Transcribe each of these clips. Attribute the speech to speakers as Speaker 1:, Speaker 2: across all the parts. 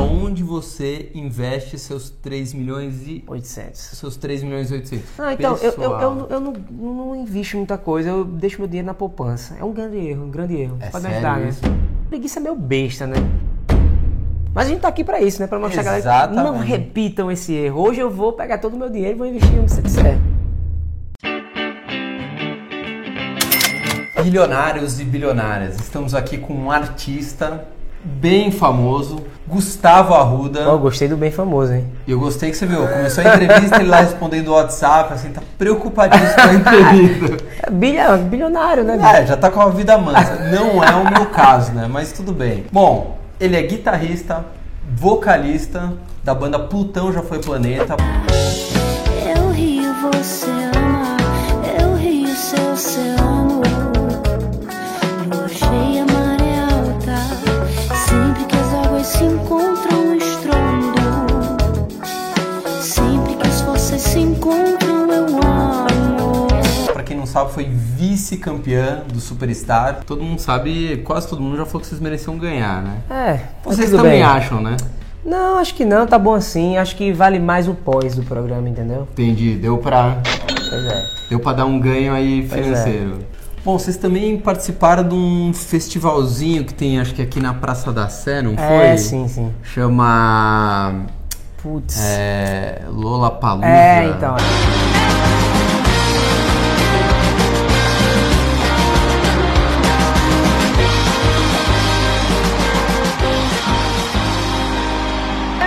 Speaker 1: onde você investe seus 3 milhões e
Speaker 2: 800.
Speaker 1: seus 3 milhões e 800?
Speaker 2: Não, então, eu, eu,
Speaker 1: Pessoal,
Speaker 2: eu, eu não, não invisto em muita coisa, eu deixo meu dinheiro na poupança. É um grande erro, um grande erro.
Speaker 1: É
Speaker 2: Pode
Speaker 1: sério
Speaker 2: ajudar, né?
Speaker 1: isso?
Speaker 2: Preguiça é meio besta, né? Mas a gente tá aqui pra isso, né? Pra mostrar a galera que não
Speaker 1: Exatamente.
Speaker 2: repitam esse erro. Hoje eu vou pegar todo o meu dinheiro e vou investir onde você quiser.
Speaker 1: Bilionários e bilionárias, estamos aqui com um artista bem famoso, Gustavo Arruda.
Speaker 2: Ó, gostei do bem famoso, hein?
Speaker 1: E eu gostei que você viu, começou a entrevista, ele lá respondendo o WhatsApp, assim, tá preocupadíssimo com a entrevista.
Speaker 2: É bilha- bilionário, né? bicho?
Speaker 1: É, já tá com a vida mansa. Não é o meu caso, né? Mas tudo bem. Bom, ele é guitarrista, vocalista da banda Plutão Já Foi Planeta.
Speaker 3: Eu rio, você ama. Eu rio, seu oceano. Lua cheia, maré alta. Sempre que as águas se encontram, um estrondo. Sempre que as forças se encontram, eu amo.
Speaker 1: Pra quem não sabe, foi vice-campeã do Superstar. Todo mundo sabe, quase todo mundo já falou que vocês mereciam ganhar, né?
Speaker 2: É, tá
Speaker 1: Vocês
Speaker 2: tudo
Speaker 1: também
Speaker 2: bem.
Speaker 1: acham, né?
Speaker 2: Não, acho que não, tá bom assim. Acho que vale mais o pós do programa, entendeu?
Speaker 1: Entendi, deu pra,
Speaker 2: Pois é.
Speaker 1: deu pra dar um ganho aí
Speaker 2: Pois é.
Speaker 1: financeiro. Bom, vocês também participaram de um festivalzinho que tem, acho que aqui na Praça da Sé, não foi?
Speaker 2: É, sim, sim.
Speaker 1: Chama
Speaker 2: Putz.
Speaker 1: é, Lola Palusa.
Speaker 2: É, então.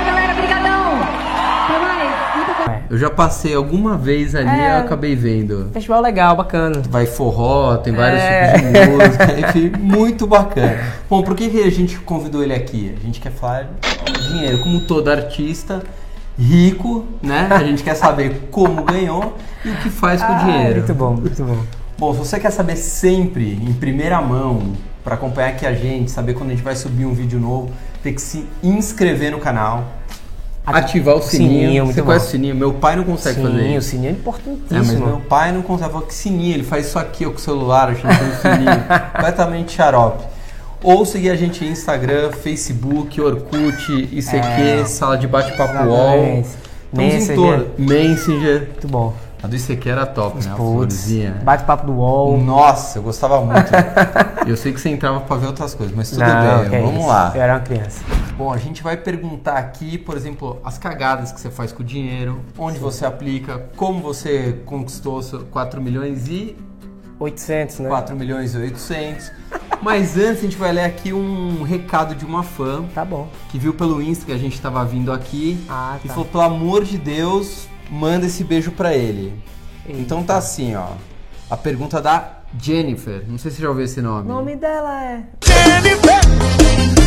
Speaker 4: galera, brigadão. Até mais. Muita coisa.
Speaker 1: Eu já passei alguma vez ali e
Speaker 2: É.
Speaker 1: eu acabei vendo.
Speaker 2: Festival legal, bacana.
Speaker 1: Vai forró, tem vários
Speaker 2: É.
Speaker 1: tipos de música, enfim, muito bacana. Bom, por que, que a gente convidou ele aqui? A gente quer falar de dinheiro, como todo artista rico, né? A gente quer saber como ganhou e o que faz com o dinheiro.
Speaker 2: Ah, Muito bom, muito bom.
Speaker 1: Bom, se você quer saber sempre, em primeira mão, para acompanhar aqui a gente, saber quando a gente vai subir um vídeo novo, tem que se inscrever no canal,
Speaker 2: Ati-
Speaker 1: ativar o sininho.
Speaker 2: Sininho, muito
Speaker 1: você
Speaker 2: bom.
Speaker 1: conhece o sininho? Meu pai não consegue fazer
Speaker 2: Sininho,
Speaker 1: isso.
Speaker 2: sininho é
Speaker 1: É, mas
Speaker 2: importantíssimo.
Speaker 1: meu pai não consegue. Fala que sininho, ele faz isso aqui ó, com o celular, achando que é um sininho. completamente xarope. Ou seguir a gente em Instagram, Facebook, Orkut, ICQ, sala de bate-papo UOL.
Speaker 2: É. Exatamente.
Speaker 1: Estamos em
Speaker 2: Messenger.
Speaker 1: todo- Messenger.
Speaker 2: Muito bom.
Speaker 1: A do ICQ era top, né? A
Speaker 2: Putz,
Speaker 1: florzinha.
Speaker 2: bate-papo do UOL.
Speaker 1: Nossa, eu gostava muito. eu sei que você entrava pra ver outras coisas, mas tudo bem,
Speaker 2: que é
Speaker 1: vamos
Speaker 2: isso.
Speaker 1: lá.
Speaker 2: Eu era uma criança.
Speaker 1: Bom, a gente vai perguntar aqui, por exemplo, as cagadas que você faz com o dinheiro, onde você aplica, como você conquistou seu 4 milhões e
Speaker 2: 800, né?
Speaker 1: 4 milhões e 800. Mas antes a gente vai ler aqui um recado de uma fã
Speaker 2: Tá bom.
Speaker 1: que viu pelo Insta que a gente tava vindo aqui
Speaker 2: Ah,
Speaker 1: e
Speaker 2: tá.
Speaker 1: falou, pelo amor de Deus, manda esse beijo pra ele. Então tá assim, ó. A pergunta da Jennifer. Não sei se você já ouviu esse
Speaker 2: O
Speaker 1: nome.
Speaker 2: nome dela é...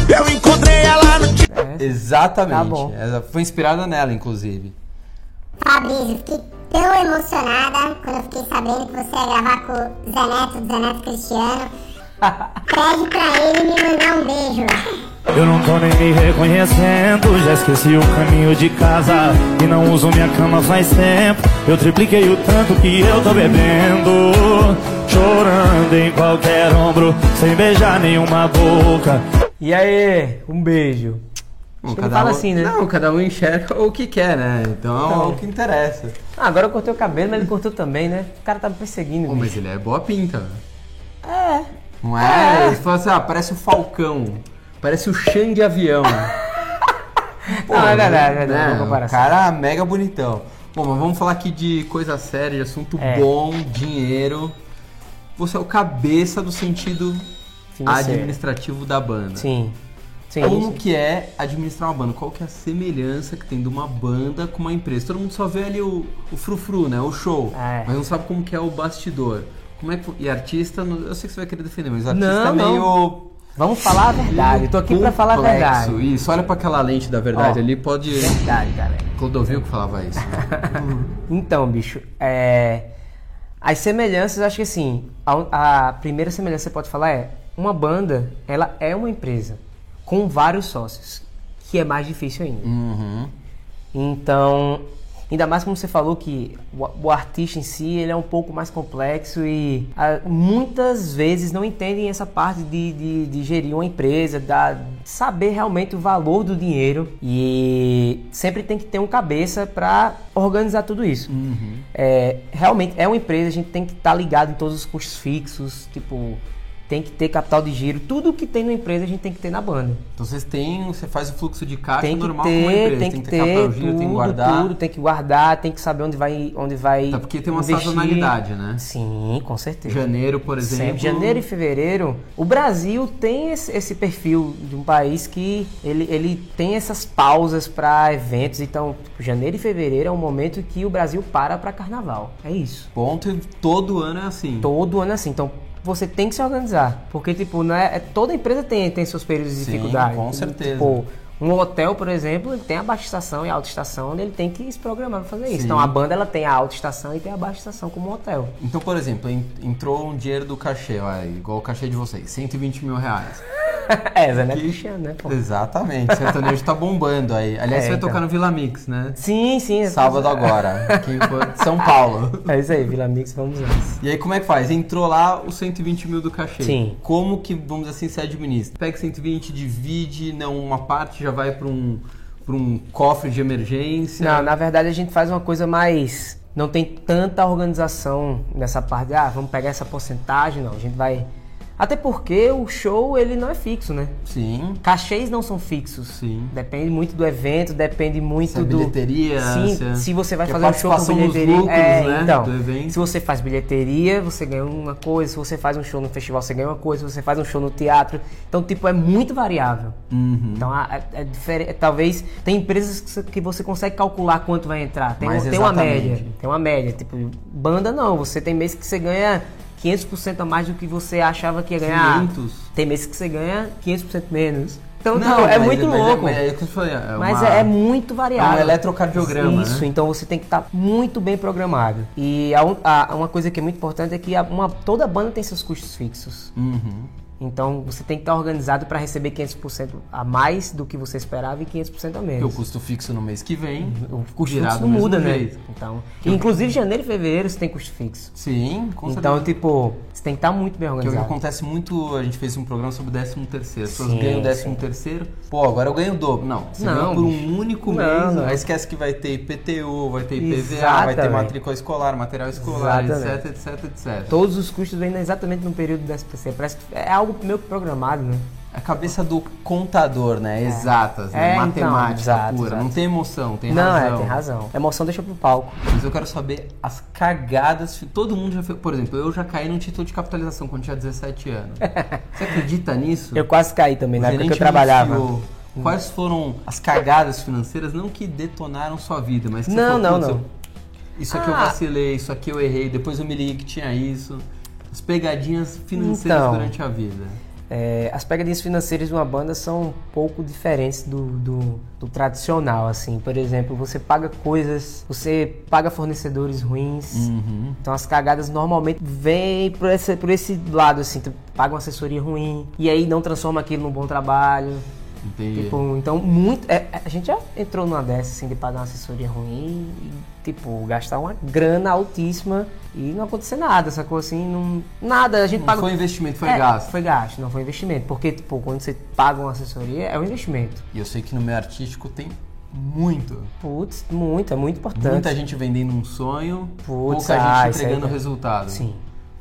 Speaker 5: Eu encontrei ela no
Speaker 1: Exatamente.
Speaker 2: Tá bom.
Speaker 1: Ela foi inspirada nela, inclusive.
Speaker 6: Fabrício, fiquei tão emocionada quando eu fiquei sabendo que você ia gravar com o Zé Neto, do Zé Neto Cristiano. Pede pra ele me mandar um beijo.
Speaker 5: Eu não tô nem me reconhecendo, já esqueci o caminho de casa E não uso minha cama faz tempo Eu tripliquei o tanto que eu tô bebendo Chorando em qualquer ombro, sem beijar nenhuma boca
Speaker 2: E aí, um beijo.
Speaker 1: Bom,
Speaker 2: Acho que não fala
Speaker 1: um,
Speaker 2: assim, né?
Speaker 1: Não, cada um enxerga o que quer, né? Então, é o que interessa.
Speaker 2: Ah, agora eu cortei o cabelo, mas ele cortou também, né? O cara tá me perseguindo.
Speaker 1: Pô,
Speaker 2: bicho.
Speaker 1: mas ele é boa pinta. É. Não é? Ele fala assim, ah, parece o Falcão. Parece o Xande de avião. Pô,
Speaker 2: Não, é verdade, é
Speaker 1: né?
Speaker 2: verdade, boa
Speaker 1: O
Speaker 2: comparação.
Speaker 1: cara mega bonitão. Bom, mas vamos falar aqui de coisa séria, de assunto
Speaker 2: É.
Speaker 1: bom, dinheiro. Você é o cabeça do sentido
Speaker 2: Financeiro.
Speaker 1: administrativo da banda.
Speaker 2: Sim. Sim.
Speaker 1: Como
Speaker 2: sim.
Speaker 1: que é administrar uma banda? Qual que é a semelhança que tem de uma banda com uma empresa? Todo mundo só vê ali o, o frufru, né? O show.
Speaker 2: É.
Speaker 1: Mas não sabe como que é o bastidor. Como é que, e artista, não- eu sei que você vai querer defender, mas artista é
Speaker 2: Não, não.
Speaker 1: meio...
Speaker 2: Vamos falar a verdade. Eu tô aqui pra falar a
Speaker 1: complexo.
Speaker 2: verdade.
Speaker 1: Isso, olha pra aquela lente da verdade
Speaker 2: Ó.
Speaker 1: ali, pode...
Speaker 2: Verdade, galera.
Speaker 1: Clodovil que falava isso. né?
Speaker 2: Então, bicho, é... as semelhanças, acho que assim, a, a primeira semelhança que você pode falar é uma banda, ela é uma empresa com vários sócios, que é mais difícil ainda.
Speaker 1: uhum.
Speaker 2: Então, Ainda mais como você falou que o, o artista em si ele é um pouco mais complexo e ah, muitas vezes não entendem essa parte de, de, de gerir uma empresa, da, de saber realmente o valor do dinheiro e sempre tem que ter um cabeça para organizar tudo isso. É, realmente é uma empresa, a gente tem que estar ligado em todos os custos fixos, tipo, tem que ter capital de giro, tudo que tem numa empresa a gente tem que ter na banda.
Speaker 1: Então vocês têm, você faz o fluxo de caixa
Speaker 2: Tem que
Speaker 1: normal com uma
Speaker 2: ter,
Speaker 1: empresa,
Speaker 2: tem que
Speaker 1: giro,
Speaker 2: ter, tudo,
Speaker 1: tem que guardar.
Speaker 2: tudo, tem que guardar, tem que saber onde vai, onde vai
Speaker 1: Até porque tem uma
Speaker 2: investir.
Speaker 1: sazonalidade, né?
Speaker 2: Sim, com certeza.
Speaker 1: Janeiro, por exemplo.
Speaker 2: Sempre. Janeiro e fevereiro, o Brasil tem esse, esse perfil de um país que ele, ele tem essas pausas para eventos. Então, tipo, janeiro e fevereiro é um momento que o Brasil para para carnaval. É isso.
Speaker 1: Ponto, e todo ano é assim.
Speaker 2: Todo ano é assim. Então, você tem que se organizar. Porque, tipo, não é, é- toda empresa tem, tem seus períodos de
Speaker 1: Sim,
Speaker 2: dificuldade.
Speaker 1: com certeza.
Speaker 2: Tipo, um hotel, por exemplo, ele tem a baixa estação e a alta estação, onde ele tem que se programar para fazer isso.
Speaker 1: Sim.
Speaker 2: Então, a banda ela tem a alta estação e tem a baixa estação como um hotel.
Speaker 1: Então, por exemplo, en- entrou um dinheiro do cachê, ó, igual o cachê de vocês, 120 mil reais.
Speaker 2: é, Zé Neto Cristiano, né? pô?
Speaker 1: Exatamente, sertanejo tá bombando aí. Aliás,
Speaker 2: É,
Speaker 1: você vai
Speaker 2: então.
Speaker 1: tocar no Vila Mix, né?
Speaker 2: Sim, sim. é-
Speaker 1: Sábado agora, quem for de São Paulo.
Speaker 2: É isso aí, Vila Mix, vamos nessa.
Speaker 1: E aí, como é que faz? Entrou lá os 120 mil do cachê.
Speaker 2: Sim.
Speaker 1: Como que, vamos dizer assim, se administra? Pega 120, divide, não, uma parte já vai pra um, pra um cofre de emergência.
Speaker 2: Não, na verdade a gente faz uma coisa mais. Não tem tanta organização nessa parte de, ah, vamos pegar essa porcentagem, não. A gente vai. Até porque o show ele não é fixo, né?
Speaker 1: Sim.
Speaker 2: Cachês não são fixos.
Speaker 1: Sim.
Speaker 2: Depende muito do evento, depende muito
Speaker 1: Se é
Speaker 2: do.
Speaker 1: bilheteria,
Speaker 2: Sim,
Speaker 1: se é-
Speaker 2: se você vai
Speaker 1: que é
Speaker 2: fazer um show com
Speaker 1: participação nos
Speaker 2: bilheteria.
Speaker 1: lucros,
Speaker 2: é,
Speaker 1: né,
Speaker 2: então,
Speaker 1: do evento.
Speaker 2: se você faz bilheteria, você ganha uma coisa. Se você faz um show no festival, você ganha uma coisa. Se você faz um show no teatro. Então, tipo, é muito variável.
Speaker 1: Uhum.
Speaker 2: Então, a- a- é diferente. Talvez. Tem empresas que você, que você consegue calcular quanto vai entrar. Tem, um,
Speaker 1: Mas
Speaker 2: tem uma
Speaker 1: exatamente.
Speaker 2: média. Tem uma média. Tipo, banda não. Você tem mês que você ganha 500% a mais do que você achava que ia ganhar.
Speaker 1: 500?
Speaker 2: Tem meses que você ganha 500% menos. Então,
Speaker 1: Não,
Speaker 2: não, é
Speaker 1: mas-
Speaker 2: muito
Speaker 1: mas
Speaker 2: louco.
Speaker 1: É, é, o que eu falei, é
Speaker 2: Mas
Speaker 1: uma-
Speaker 2: é, é muito variável.
Speaker 1: É um eletrocardiograma,
Speaker 2: Isso,
Speaker 1: né?
Speaker 2: então você tem que estar muito bem programado. E a, un- a- uma coisa que é muito importante é que a- uma, toda banda tem seus custos fixos.
Speaker 1: Uhum.
Speaker 2: Então você tem que estar organizado para receber 500% a mais do que você esperava e 500% a
Speaker 1: Porque o
Speaker 2: menos.
Speaker 1: custo fixo no mês que vem.
Speaker 2: O custo
Speaker 1: virá
Speaker 2: fixo
Speaker 1: do
Speaker 2: não
Speaker 1: mesmo
Speaker 2: muda, né?
Speaker 1: jeito.
Speaker 2: Então, inclusive janeiro e fevereiro você tem custo fixo.
Speaker 1: Sim, com certeza.
Speaker 2: Então, tipo, você tem que estar muito bem
Speaker 1: Que é o que
Speaker 2: organizado.
Speaker 1: acontece muito, a gente fez um programa sobre o 13 terceiro. As pessoas
Speaker 2: Sim,
Speaker 1: ganham o 13 terceiro, pô, agora eu ganho o dobro. Não, você
Speaker 2: Não,
Speaker 1: ganha por um
Speaker 2: bicho.
Speaker 1: único
Speaker 2: Não,
Speaker 1: mês,
Speaker 2: não.
Speaker 1: aí esquece que vai ter IPTU, vai ter IPVA, vai ter
Speaker 2: Exatamente.
Speaker 1: matrícula escolar, material escolar,
Speaker 2: Exatamente.
Speaker 1: etc, etc, etc.
Speaker 2: Todos os custos vêm exatamente no período do SPC. Parece que é algo meio que programado, né?
Speaker 1: É A cabeça do contador, né? Exatas, né?
Speaker 2: É, então,
Speaker 1: Matemática
Speaker 2: exato,
Speaker 1: pura.
Speaker 2: exato.
Speaker 1: Não tem emoção, tem
Speaker 2: não,
Speaker 1: razão.
Speaker 2: é, tem razão. A emoção deixa pro palco.
Speaker 1: Mas eu quero saber as cagadas. Todo mundo já fez. Por exemplo, eu já caí num título de capitalização quando tinha 17 anos. Você acredita nisso?
Speaker 2: Eu quase caí também, na época que eu
Speaker 1: Gerente
Speaker 2: trabalhava.
Speaker 1: anunciou. Quais foram as cagadas financeiras, não que detonaram sua vida, mas que
Speaker 2: Não,
Speaker 1: você falou,
Speaker 2: não,
Speaker 1: "Putz,
Speaker 2: não.
Speaker 1: eu- Isso aqui eu
Speaker 2: Ah.
Speaker 1: vacilei, isso aqui eu errei, depois eu me liguei que tinha isso. As pegadinhas financeiras
Speaker 2: Então.
Speaker 1: durante a vida.
Speaker 2: É, as pegadinhas financeiras de uma banda são um pouco diferentes do, do, do tradicional, assim. Por exemplo, você paga coisas, você paga fornecedores ruins.
Speaker 1: Hum.
Speaker 2: Então as cagadas normalmente vêm por esse, por esse lado, assim. Tu paga uma assessoria ruim e aí não transforma aquilo num bom trabalho.
Speaker 1: Entendi.
Speaker 2: Tipo, então, muito. é, é, a gente já entrou numa dessa, assim, de pagar uma assessoria ruim e, tipo, gastar uma grana altíssima e não acontecer nada, sacou? Assim, não. Nada, a gente
Speaker 1: não
Speaker 2: paga.
Speaker 1: foi investimento, foi
Speaker 2: É,
Speaker 1: gasto.
Speaker 2: Foi gasto, não foi investimento. Porque, tipo, quando você paga uma assessoria, é um investimento.
Speaker 1: E eu sei que no meio artístico tem muito.
Speaker 2: Putz, muito, é muito importante.
Speaker 1: Muita gente vendendo um sonho,
Speaker 2: Putz,
Speaker 1: pouca
Speaker 2: ah,
Speaker 1: gente
Speaker 2: isso aí
Speaker 1: entregando
Speaker 2: não.
Speaker 1: resultado.
Speaker 2: Sim.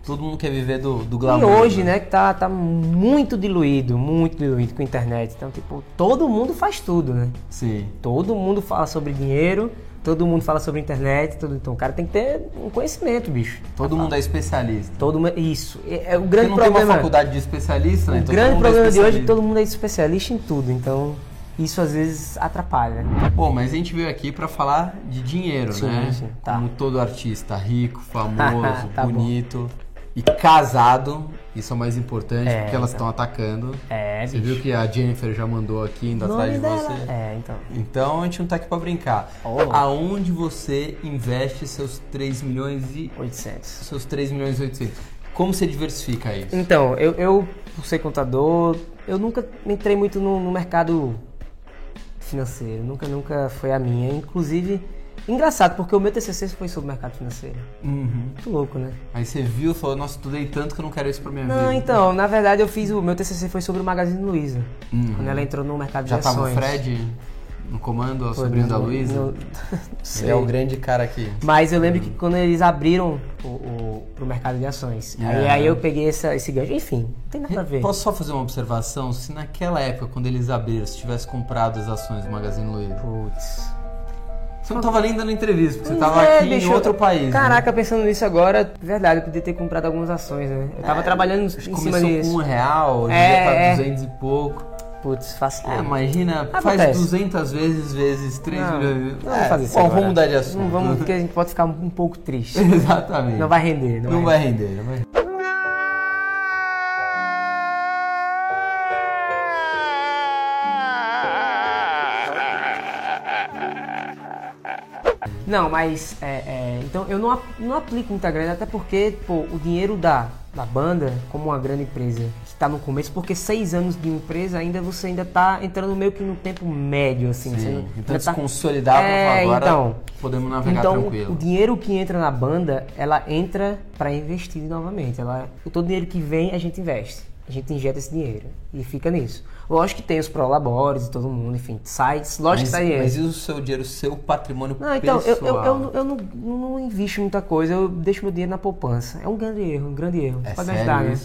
Speaker 1: Todo mundo quer viver do, do
Speaker 2: E
Speaker 1: glamour.
Speaker 2: hoje, né, que tá, tá muito diluído, muito diluído com a internet. Então, tipo, todo mundo faz tudo, né?
Speaker 1: Sim.
Speaker 2: Todo mundo fala sobre dinheiro, todo mundo fala sobre internet, todo... então o cara tem que ter um conhecimento, bicho.
Speaker 1: Todo mundo é especialista.
Speaker 2: Todo mundo... Isso. É, é o
Speaker 1: Porque
Speaker 2: grande
Speaker 1: não tem uma
Speaker 2: problema.
Speaker 1: faculdade de especialista, né?
Speaker 2: o
Speaker 1: Então todo
Speaker 2: grande
Speaker 1: mundo é
Speaker 2: problema de hoje é que
Speaker 1: especialista.
Speaker 2: todo mundo é especialista em tudo, então isso às vezes atrapalha.
Speaker 1: Bom, mas a gente veio aqui pra falar de dinheiro,
Speaker 2: Sim,
Speaker 1: né?
Speaker 2: sim, tá.
Speaker 1: Como todo artista, rico, famoso,
Speaker 2: Tá bom.
Speaker 1: bonito e casado. Isso é o mais importante,
Speaker 2: É,
Speaker 1: porque elas estão atacando.
Speaker 2: É,
Speaker 1: Você viu que a Jennifer já mandou aqui indo
Speaker 2: O
Speaker 1: atrás de
Speaker 2: nome
Speaker 1: você.
Speaker 2: dela- É, então.
Speaker 1: Então a gente não tá aqui pra brincar.
Speaker 2: Oh.
Speaker 1: Aonde você investe seus 3 milhões e
Speaker 2: 800.
Speaker 1: seus 3 milhões e 800? Como você diversifica isso?
Speaker 2: Então, eu, eu por ser contador, eu nunca entrei muito no, no mercado financeiro, nunca, nunca foi a minha. Inclusive, Engraçado, porque o meu TCC foi sobre mercado financeiro.
Speaker 1: Uhum.
Speaker 2: Muito louco, né?
Speaker 1: Aí você viu e falou, nossa, estudei tanto que eu não quero isso pra minha
Speaker 2: Não,
Speaker 1: vida.
Speaker 2: então, na verdade eu fiz o meu TCC foi sobre o Magazine Luiza.
Speaker 1: Uhum.
Speaker 2: Quando ela entrou no mercado de
Speaker 1: Já tava o
Speaker 2: ações.
Speaker 1: Fred no comando, o
Speaker 2: Foi
Speaker 1: sobrinho
Speaker 2: no-
Speaker 1: da Luísa?
Speaker 2: no- não
Speaker 1: Ele é o
Speaker 2: sei.
Speaker 1: grande cara aqui.
Speaker 2: Mas eu lembro que quando eles abriram o, o, pro mercado de ações, aí,
Speaker 1: É.
Speaker 2: aí eu peguei essa, esse gancho. Enfim, não tem nada a ver.
Speaker 1: Posso só fazer uma observação? Se naquela época, quando eles abriram, se tivesse comprado as ações do Magazine Luiza,
Speaker 2: Putz.
Speaker 1: você não tava nem dando entrevista, porque você
Speaker 2: Pois
Speaker 1: tava
Speaker 2: é,
Speaker 1: aqui
Speaker 2: bicho,
Speaker 1: em outro país. né?
Speaker 2: Caraca, pensando nisso agora, verdade, eu podia ter comprado algumas ações, né? Eu tava trabalhando em
Speaker 1: Né?
Speaker 2: cima
Speaker 1: Começou com um
Speaker 2: disso.
Speaker 1: real, hoje
Speaker 2: É,
Speaker 1: já
Speaker 2: é.
Speaker 1: tá 200 e pouco.
Speaker 2: Putz, fácil.
Speaker 1: É, imagina, faz
Speaker 2: Acontece.
Speaker 1: 200 vezes, vezes 3
Speaker 2: Não,
Speaker 1: milhões.
Speaker 2: não vamos fazer isso
Speaker 1: Bom,
Speaker 2: agora.
Speaker 1: É, vamos mudar de assunto.
Speaker 2: Não vamos, porque a gente pode ficar um pouco triste.
Speaker 1: Exatamente.
Speaker 2: Não vai render, não,
Speaker 1: Não
Speaker 2: vai.
Speaker 1: vai render, não vai render.
Speaker 2: Não, mas é, é, então eu não, ap- não aplico muita grana, até porque pô, o dinheiro da, da banda, como uma grande empresa que tá no começo, porque seis anos de empresa ainda você ainda tá entrando meio que no tempo médio, assim. você não-
Speaker 1: Sim. Então
Speaker 2: ainda
Speaker 1: se
Speaker 2: tá-
Speaker 1: consolidar pra falar
Speaker 2: É,
Speaker 1: agora,
Speaker 2: então.
Speaker 1: podemos navegar
Speaker 2: Então, o
Speaker 1: tranquilo.
Speaker 2: dinheiro que entra na banda, ela entra para investir novamente. Ela, o todo dinheiro que vem, a gente investe. A gente injeta esse dinheiro e fica nisso. Lógico que tem os prolabores e todo mundo, enfim, sai. Lógico que
Speaker 1: Mas,
Speaker 2: sai dinheiro.
Speaker 1: mas e o seu dinheiro, o seu patrimônio
Speaker 2: Não, então, eu,
Speaker 1: pessoal?
Speaker 2: eu, eu, eu não, não invisto muita coisa, eu deixo meu dinheiro na poupança. É um grande erro, um grande erro.
Speaker 1: É
Speaker 2: Pode me
Speaker 1: sério
Speaker 2: ajudar, né?
Speaker 1: isso?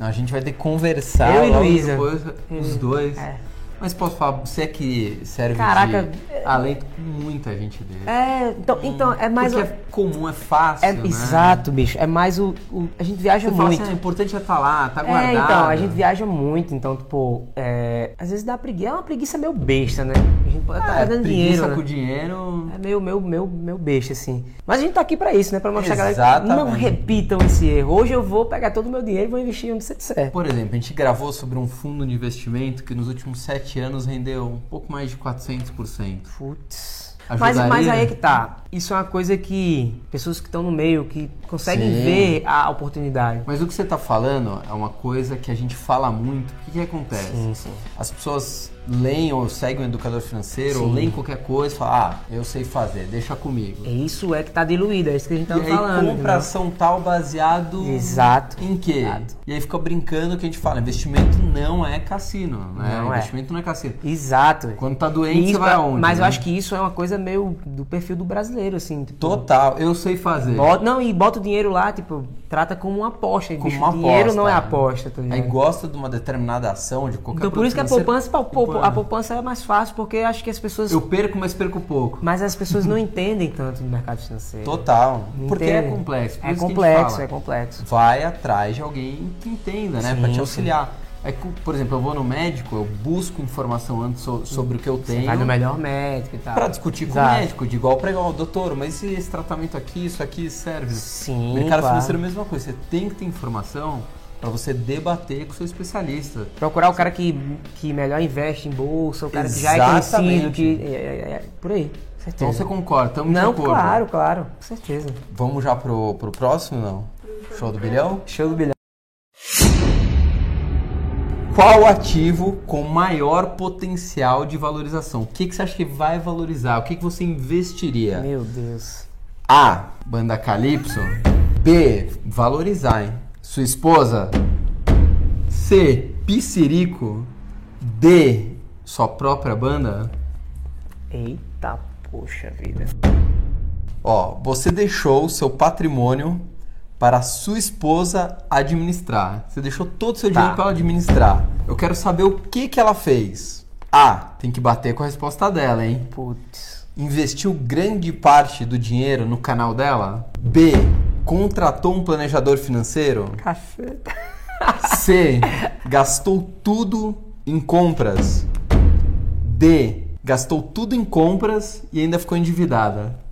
Speaker 1: Não, A gente vai ter que conversar
Speaker 2: Eu e
Speaker 1: logo
Speaker 2: Luísa.
Speaker 1: depois, os dois.
Speaker 2: É.
Speaker 1: Mas posso falar, você é que serve
Speaker 2: Caraca,
Speaker 1: de
Speaker 2: é-
Speaker 1: alento com muita gente dele.
Speaker 2: É, então, então é mais.
Speaker 1: Porque
Speaker 2: o-
Speaker 1: é comum, é fácil,
Speaker 2: é,
Speaker 1: né?
Speaker 2: Exato, bicho. É mais o. o- a gente viaja
Speaker 1: Você fala
Speaker 2: muito.
Speaker 1: assim, ah, o importante é estar lá, tá
Speaker 2: É,
Speaker 1: guardado.
Speaker 2: então, a gente viaja muito, então, tipo, é, às vezes dá preguiça, é uma preguiça meio besta, né? A gente pode estar
Speaker 1: Ah,
Speaker 2: dando
Speaker 1: preguiça
Speaker 2: dinheiro, né?
Speaker 1: com dinheiro...
Speaker 2: É meio, meio, meio, meio besta, assim. Mas a gente tá aqui pra isso, né? Pra mostrar a galera que
Speaker 1: Exatamente.
Speaker 2: não repitam esse erro. Hoje eu vou pegar todo o meu dinheiro e vou investir onde você disser.
Speaker 1: Por exemplo, a gente gravou sobre um fundo de investimento que nos últimos sete anos rendeu um pouco mais de 400%.
Speaker 2: Putz. Mas,
Speaker 1: Ajudaria?
Speaker 2: mas aí é que tá. Isso é uma coisa que pessoas que estão no meio, que conseguem
Speaker 1: Sim.
Speaker 2: ver a oportunidade.
Speaker 1: Mas o que você está falando é uma coisa que a gente fala muito. O que, que acontece?
Speaker 2: Sim, sim.
Speaker 1: As pessoas leem ou seguem um educador financeiro, ou
Speaker 2: Sim.
Speaker 1: leem qualquer coisa e falam, ah, eu sei fazer, deixa comigo.
Speaker 2: É Isso é que tá diluído, é isso que a gente tá
Speaker 1: e
Speaker 2: falando.
Speaker 1: aí compra assim. ação
Speaker 2: entendeu?
Speaker 1: tal baseado
Speaker 2: Exato.
Speaker 1: em quê?
Speaker 2: Exato.
Speaker 1: E aí fica brincando que a gente fala, investimento não é cassino, né?
Speaker 2: Não é.
Speaker 1: investimento não é cassino.
Speaker 2: Exato.
Speaker 1: Quando tá doente,
Speaker 2: Isso,
Speaker 1: você vai aonde?
Speaker 2: Mas eu
Speaker 1: né?
Speaker 2: acho que isso é uma coisa meio do perfil do brasileiro, assim. Tipo,
Speaker 1: Total, eu sei fazer.
Speaker 2: bota- não, e bota o dinheiro lá, tipo, trata como uma aposta.
Speaker 1: Como
Speaker 2: bicho,
Speaker 1: uma
Speaker 2: dinheiro
Speaker 1: aposta,
Speaker 2: não é
Speaker 1: né?
Speaker 2: aposta, tá ligado?
Speaker 1: Aí gosta de uma determinada ação, de qualquer
Speaker 2: então por
Speaker 1: produto
Speaker 2: isso que a
Speaker 1: financeiro.
Speaker 2: poupança, pa- pou-
Speaker 1: Tipo,
Speaker 2: a poupança é mais fácil, porque acho que as pessoas.
Speaker 1: Eu perco, mas perco pouco.
Speaker 2: Mas as pessoas não entendem tanto do mercado financeiro.
Speaker 1: Total.
Speaker 2: Não
Speaker 1: Porque é
Speaker 2: entendem.
Speaker 1: complexo. por
Speaker 2: É
Speaker 1: isso que a gente
Speaker 2: complexo,
Speaker 1: fala.
Speaker 2: é complexo.
Speaker 1: Vai atrás de alguém que entenda, né?
Speaker 2: Sim,
Speaker 1: Pra te
Speaker 2: sim.
Speaker 1: auxiliar. É que, por exemplo, eu vou no médico, eu busco informação antes so- sobre o que eu
Speaker 2: Você vai no
Speaker 1: tenho.
Speaker 2: melhor médico e tal.
Speaker 1: um Pra discutir com o médico, de igual pra igual, doutor, mas e esse tratamento aqui, isso aqui serve?
Speaker 2: Sim,
Speaker 1: Mercado
Speaker 2: claro.
Speaker 1: financeiro é a mesma coisa, você tem que ter informação pra você debater com o seu especialista.
Speaker 2: Procurar o cara que, que melhor investe em bolsa, o cara que já é
Speaker 1: Exatamente.
Speaker 2: conhecido, que. É, é, é, por aí. com Certeza.
Speaker 1: Então você concorda, estamos de
Speaker 2: Não,
Speaker 1: acordo.
Speaker 2: claro, claro. Com certeza.
Speaker 1: Vamos já pro, pro próximo, não? Show do bilhão?
Speaker 2: Show do bilhão.
Speaker 1: Qual ativo com maior potencial de valorização? O que, que você acha que vai valorizar? O que, que você investiria?
Speaker 2: Meu Deus.
Speaker 1: A. Banda Calypso. B. Valorizar, hein? Sua esposa. C. Piscirico. D. Sua própria banda.
Speaker 2: Eita, poxa vida.
Speaker 1: Ó, você deixou seu patrimônio para sua esposa administrar. Você deixou todo o seu dinheiro para ela administrar. Eu quero saber o que que ela fez. A. Tem que bater com a resposta dela, hein?
Speaker 2: Putz.
Speaker 1: Investiu grande parte do dinheiro no canal dela? B. Contratou um planejador financeiro?
Speaker 2: Caceta.
Speaker 1: C. Gastou tudo em compras? D. Gastou tudo em compras e ainda ficou endividada.